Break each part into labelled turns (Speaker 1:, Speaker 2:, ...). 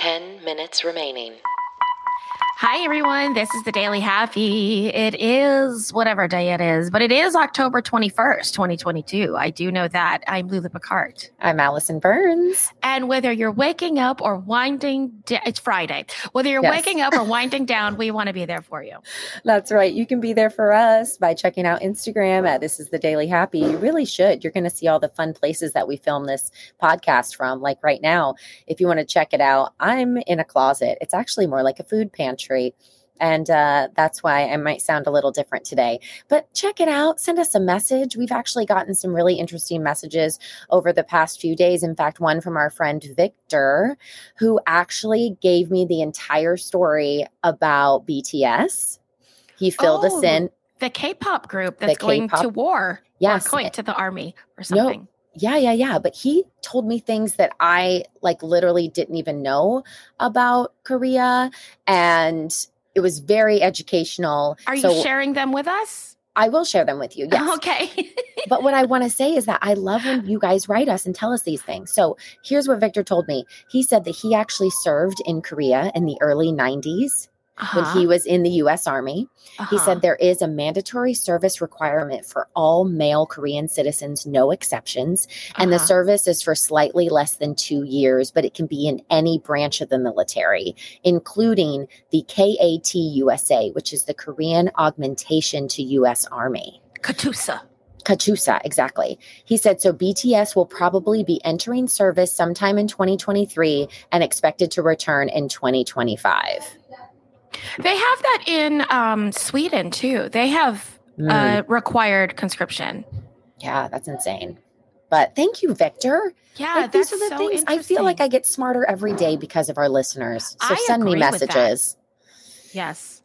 Speaker 1: 10 minutes remaining.
Speaker 2: Hi, everyone. This is the Daily Happy. It is whatever day it is, but it is October 21st, 2022. I do know that. I'm Lula Picard.
Speaker 3: I'm Allison Burns.
Speaker 2: And whether you're waking up or winding down, it's Friday. Whether you're
Speaker 3: Yes.
Speaker 2: waking up or winding down, we want to be there for you.
Speaker 3: That's right. You can be there for us by checking out Instagram at This Is The Daily Happy. You really should. You're going to see all the fun places that we film this podcast from. Like right now, if you want to check it out, I'm in a closet. It's actually more like a food pantry. And uh, that's why I might sound a little different today. But check it out. Send us a message. We've actually gotten some really interesting messages over the past few days. In fact, one from our friend Victor, who actually gave me the entire story about BTS. He filled us
Speaker 2: Oh,
Speaker 3: in.
Speaker 2: The K pop group that's going to
Speaker 3: K-pop-
Speaker 2: war
Speaker 3: Yes.
Speaker 2: or going to the army or something.
Speaker 3: Yeah, yeah, yeah. But he told me things that I like literally didn't even know about Korea. And it was very educational.
Speaker 2: Are you
Speaker 3: so
Speaker 2: sharing them with us?
Speaker 3: I will share them with you. Yes.
Speaker 2: Okay.
Speaker 3: but what I want to say is that I love when you guys write us and tell us these things. So here's what Victor told me. He said that he actually served in Korea in the early 90s when he was in the US Army.
Speaker 2: Uh-huh.
Speaker 3: He said there is a mandatory service requirement for all male Korean citizens, no exceptions. And
Speaker 2: Uh-huh.
Speaker 3: the service is for slightly less than two years, but it can be in any branch of the military, including the KAT USA, which is the Korean Augmentation to US Army.
Speaker 2: Katusa.
Speaker 3: Kachusa, exactly. He said so BTS will probably be entering service sometime in 2023 and expected to return in 2025.
Speaker 2: They have that in um, Sweden too. They have
Speaker 3: Mm,
Speaker 2: uh, required conscription.
Speaker 3: yeah, that's insane. But thank you, Victor.
Speaker 2: Yeah,
Speaker 3: Like,
Speaker 2: that's
Speaker 3: these are the
Speaker 2: so
Speaker 3: things I feel like I
Speaker 2: interesting.
Speaker 3: get smarter every day because of our listeners. So
Speaker 2: I
Speaker 3: send me
Speaker 2: agree with that.
Speaker 3: messages.
Speaker 2: yes.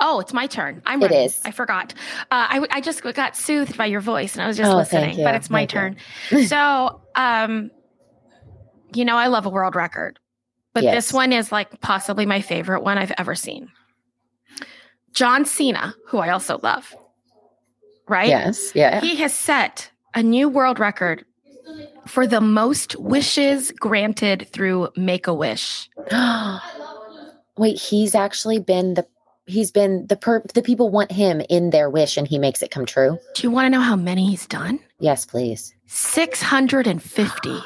Speaker 2: Oh, it's my turn. I'm
Speaker 3: It
Speaker 2: running.
Speaker 3: is.
Speaker 2: I forgot. Uh, I I just got soothed by your voice and I was just
Speaker 3: Oh,
Speaker 2: listening,
Speaker 3: thank you.
Speaker 2: but it's my turn.
Speaker 3: Thank
Speaker 2: so, um, you know, I love a world record, but this
Speaker 3: Yes.
Speaker 2: one is like possibly my favorite one I've ever seen. John Cena, who I also love, right?
Speaker 3: Yes. Yeah.
Speaker 2: He has set a new world record for the most wishes granted through Make a Wish.
Speaker 3: Wait, he's actually been the he's been the per the people want him in their wish and he makes it come true.
Speaker 2: Do you want to know how many he's done?
Speaker 3: Yes, please.
Speaker 2: 650.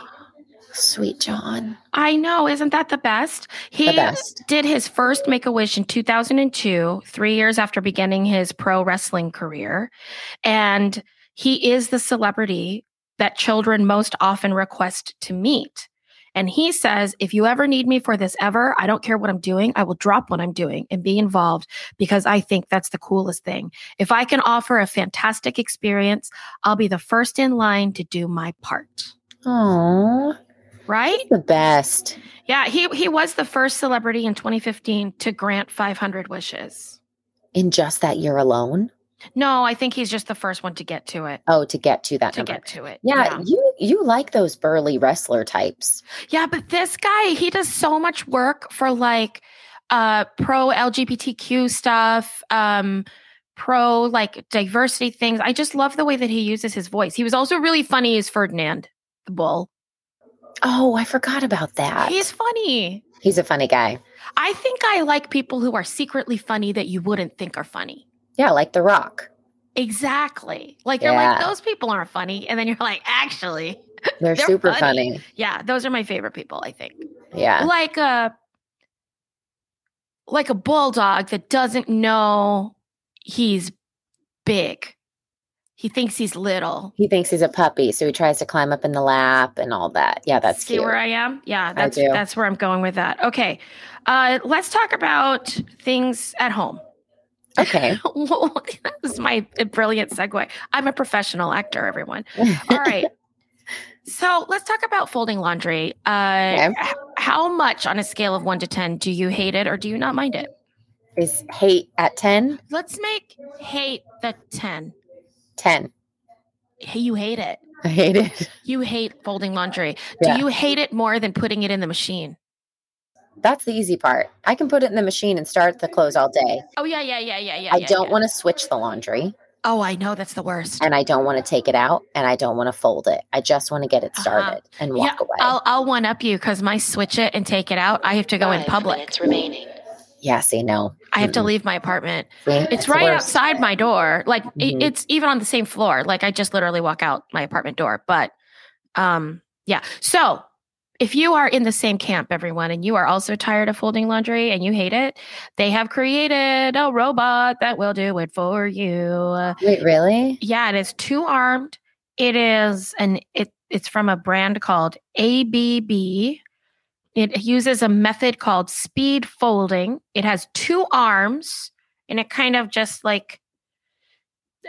Speaker 3: Sweet John.
Speaker 2: I know, isn't that the best? He
Speaker 3: the best.
Speaker 2: did his first Make a Wish in 2002, three years after beginning his pro wrestling career. And he is the celebrity that children most often request to meet. And he says, if you ever need me for this ever, I don't care what I'm doing. I will drop what I'm doing and be involved because I think that's the coolest thing. If I can offer a fantastic experience, I'll be the first in line to do my part.
Speaker 3: Oh,
Speaker 2: Right?
Speaker 3: the best.
Speaker 2: Yeah, he he was the first celebrity in 2015 to grant 500 wishes.
Speaker 3: In just that year alone.
Speaker 2: No, I think he's just the first one to get to it.
Speaker 3: Oh, to get to that
Speaker 2: To
Speaker 3: number.
Speaker 2: get to it.
Speaker 3: yeah, you you like those burly wrestler types.
Speaker 2: yeah. Yeah, but this guy, he does so much work for like uh pro LGBTQ stuff, um pro like diversity things. I just love the way that he uses his voice. He was also really funny as Ferdinand the Bull.
Speaker 3: Oh, I forgot about that.
Speaker 2: He's funny.
Speaker 3: He's a funny guy.
Speaker 2: I think I like people who are secretly funny that you wouldn't think are funny.
Speaker 3: Yeah, like The Rock.
Speaker 2: Exactly. Like you're like,
Speaker 3: Yeah.
Speaker 2: those people aren't funny. And then you're like, actually,
Speaker 3: They're,
Speaker 2: They're
Speaker 3: super
Speaker 2: funny.
Speaker 3: funny.
Speaker 2: yeah, those are my favorite people, I think.
Speaker 3: Yeah.
Speaker 2: Like a like a bulldog that doesn't know he's big. He thinks he's little.
Speaker 3: He thinks he's a puppy, so he tries to climb up in the lap and all that. Yeah, that's
Speaker 2: see
Speaker 3: cute.
Speaker 2: where I am? Yeah, that's
Speaker 3: do.
Speaker 2: that's where I'm going with that. Okay. Uh let's talk about things at home.
Speaker 3: Okay.
Speaker 2: that was my brilliant segue. I'm a professional actor, everyone. All right. So let's talk about folding laundry. Uh,
Speaker 3: Okay.
Speaker 2: h- how much on a scale of one to 10 do you hate it or do you not mind it?
Speaker 3: Is hate at 10?
Speaker 2: Let's make hate the 10.
Speaker 3: 10.
Speaker 2: Hey, you hate it.
Speaker 3: I hate it.
Speaker 2: You hate folding laundry.
Speaker 3: Yeah.
Speaker 2: Do you hate it more than putting it in the machine?
Speaker 3: That's the easy part. I can put it in the machine and start the clothes all day.
Speaker 2: Oh, yeah, yeah, yeah, yeah, yeah.
Speaker 3: I
Speaker 2: yeah,
Speaker 3: don't
Speaker 2: yeah.
Speaker 3: want to switch the laundry.
Speaker 2: Oh, I know that's the worst.
Speaker 3: and I don't want to take it out and I don't want to fold it. I just want to get it
Speaker 2: Uh-huh.
Speaker 3: started and walk away.
Speaker 2: I'll I'll one up you because my switch it and take it out. I have to go in
Speaker 1: Five
Speaker 2: public.
Speaker 1: Minutes remaining.
Speaker 3: yeah, see, no.
Speaker 2: I have to
Speaker 3: Mm-mm.
Speaker 2: leave my apartment.
Speaker 3: See?
Speaker 2: It's
Speaker 3: the
Speaker 2: right
Speaker 3: worst.
Speaker 2: outside my door. Like i-
Speaker 3: Mhm.
Speaker 2: it's even on the same floor. Like I just literally walk out my apartment door. But um yeah. So if you are in the same camp, everyone, and you are also tired of folding laundry and you hate it, they have created a robot that will do it for you.
Speaker 3: Wait, really?
Speaker 2: Yeah, it is two armed. It is an it it's from a brand called ABB. It uses a method called speed folding. It has two arms and it kind of just like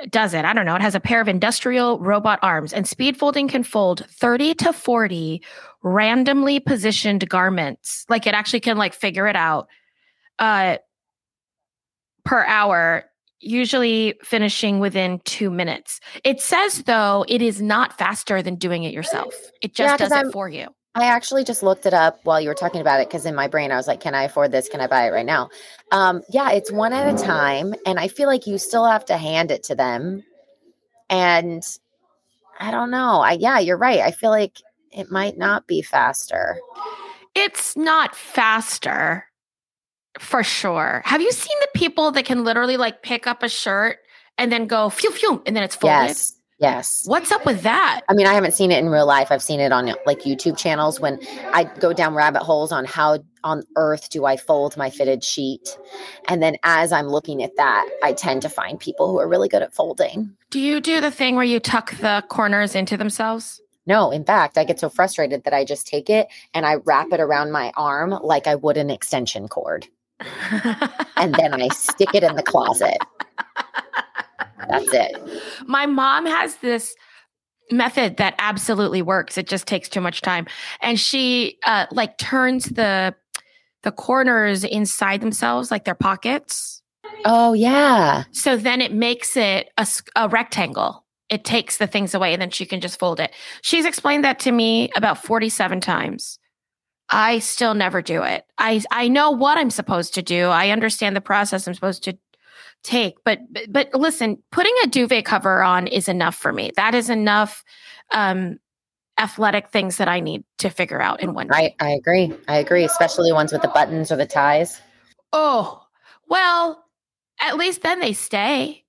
Speaker 2: does it. I don't know. It has a pair of industrial robot arms and speed folding can fold 30 to 40 randomly positioned garments. Like it actually can like figure it out uh per hour usually finishing within two minutes. It says, though, it is not faster than doing it yourself. It
Speaker 3: Yeah,
Speaker 2: just
Speaker 3: 'cause
Speaker 2: does
Speaker 3: I'm-
Speaker 2: it for you.
Speaker 3: I actually just looked it up while you were talking about it because in my brain I was like, can I afford this? Can I buy it right now? Um, yeah, it's one at a time. And I feel like you still have to hand it to them. And I don't know. I yeah, you're right. I feel like it might not be faster.
Speaker 2: It's not faster for sure. Have you seen the people that can literally like pick up a shirt and then go phew phew and then it's folded?
Speaker 3: Yes. Yes.
Speaker 2: What's up with that?
Speaker 3: I mean, I haven't seen it in real life. I've seen it on like YouTube channels when I go down rabbit holes on how on earth do I fold my fitted sheet. And then as I'm looking at that, I tend to find people who are really good at folding.
Speaker 2: Do you do the thing where you tuck the corners into themselves?
Speaker 3: No, in fact, I get so frustrated that I just take it and I wrap it around my arm like I would an extension cord. And then I stick it in the closet. That's it.
Speaker 2: My mom has this method that absolutely works. It just takes too much time. And she uh like turns the the corners inside themselves like their pockets.
Speaker 3: Oh, yeah.
Speaker 2: So then it makes it a, s- a rectangle. It takes the things away and then she can just fold it. She's explained that to me about 47 times. I still never do it. I I know what I'm supposed to do. I understand the process I'm supposed to take, but but, but listen, putting a duvet cover on is enough for me. That is enough um athletic things that I need to figure out in one day.
Speaker 3: I, I agree. I agree, especially the ones with the buttons or the ties.
Speaker 2: Oh, well, at least then they stay,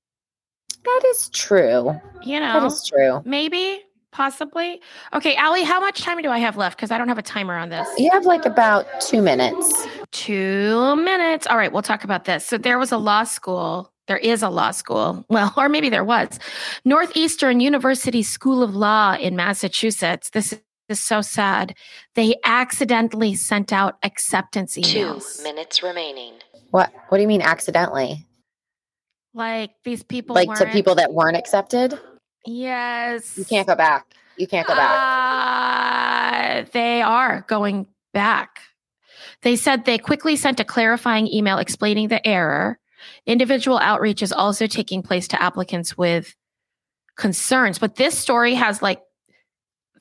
Speaker 3: That is true.
Speaker 2: you know.
Speaker 3: That is true.
Speaker 2: Maybe, possibly. Okay, Allie, how much time do I have left? Because I don't have a timer on this.
Speaker 3: You have like about two minutes.
Speaker 2: Two minutes. All right, we'll talk about this. So there was a law school. There is a law school. Well, or maybe there was. Northeastern University School of Law in Massachusetts. This is so sad. They accidentally sent out acceptance
Speaker 1: Two
Speaker 2: emails.
Speaker 1: minutes remaining.
Speaker 3: What What do you mean accidentally?
Speaker 2: Like these people
Speaker 3: like to
Speaker 2: weren't-
Speaker 3: people that weren't accepted?
Speaker 2: Yes.
Speaker 3: You can't go back. You can't go back.
Speaker 2: Uh, they are going back. They said they quickly sent a clarifying email explaining the error. Individual outreach is also taking place to applicants with concerns. But this story has like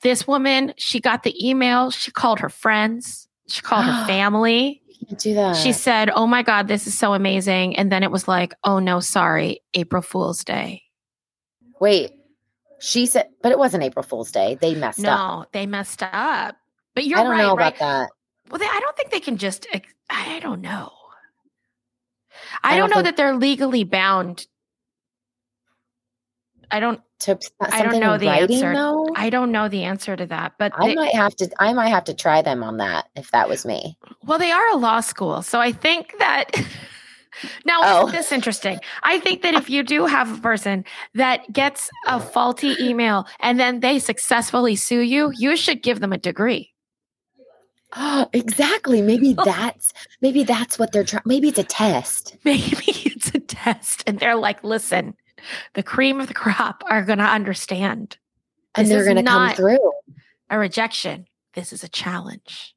Speaker 2: this woman, she got the email, she called her friends, she called her family.
Speaker 3: You can't do that.
Speaker 2: She said, Oh my God, this is so amazing. And then it was like, Oh no, sorry, April Fool's Day.
Speaker 3: Wait. She said, but it wasn't April Fool's Day. They messed up.
Speaker 2: No, they messed up. But you're
Speaker 3: I don't
Speaker 2: right,
Speaker 3: know about
Speaker 2: right?
Speaker 3: that.
Speaker 2: Well, they, I don't think they can just. ex- I don't know. I,
Speaker 3: I
Speaker 2: don't
Speaker 3: don't
Speaker 2: know that
Speaker 3: think-
Speaker 2: they're legally bound. I don't.
Speaker 3: To p-
Speaker 2: don't
Speaker 3: something
Speaker 2: know
Speaker 3: in
Speaker 2: the
Speaker 3: writing,
Speaker 2: answer.
Speaker 3: though? I,
Speaker 2: I don't know the answer to that. But they,
Speaker 3: might have to. I might have to try them on that if that was me.
Speaker 2: well, they are a law school, so I think that. now,
Speaker 3: Oh.
Speaker 2: isn't this interesting? I think that if you do have a person that gets a faulty email and then they successfully sue you, you should give them a degree.
Speaker 3: exactly. Maybe that's maybe that's what they're trying. Maybe it's a test.
Speaker 2: maybe it's a test and they're like listen the cream of the crop are going to understand
Speaker 3: And
Speaker 2: This
Speaker 3: they're
Speaker 2: is
Speaker 3: going to come
Speaker 2: not-
Speaker 3: through.
Speaker 2: a rejection this is a challenge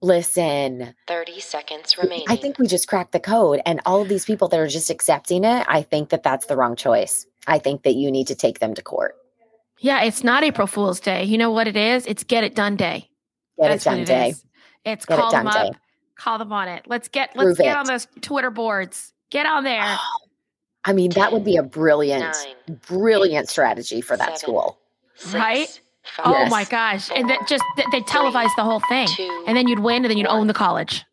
Speaker 3: Listen.
Speaker 1: 30 seconds remaining.
Speaker 3: I think we just cracked the code, and all of these people that are just accepting it, I think that that's the wrong choice. I think that you need to take them to court.
Speaker 2: yeah it's not april fool's day you know what it is it's get it done day
Speaker 3: Get
Speaker 2: that's
Speaker 3: it done,
Speaker 2: what it
Speaker 3: day.
Speaker 2: is. it's
Speaker 3: Get it
Speaker 2: call them
Speaker 3: done day.
Speaker 2: up call them on it let's get let's
Speaker 3: Prove
Speaker 2: get
Speaker 3: it.
Speaker 2: on those twitter boards get on there
Speaker 3: I mean, that would be a brilliant,
Speaker 1: Nine,
Speaker 3: brilliant strategy for
Speaker 1: seven,
Speaker 3: that school.
Speaker 1: six,
Speaker 2: Right?
Speaker 1: five,
Speaker 2: Oh
Speaker 3: Yes.
Speaker 2: my gosh. And that
Speaker 1: Four,
Speaker 2: just, they televised the whole thing.
Speaker 1: two,
Speaker 2: And then you'd win and then you'd
Speaker 1: one.
Speaker 2: own the college.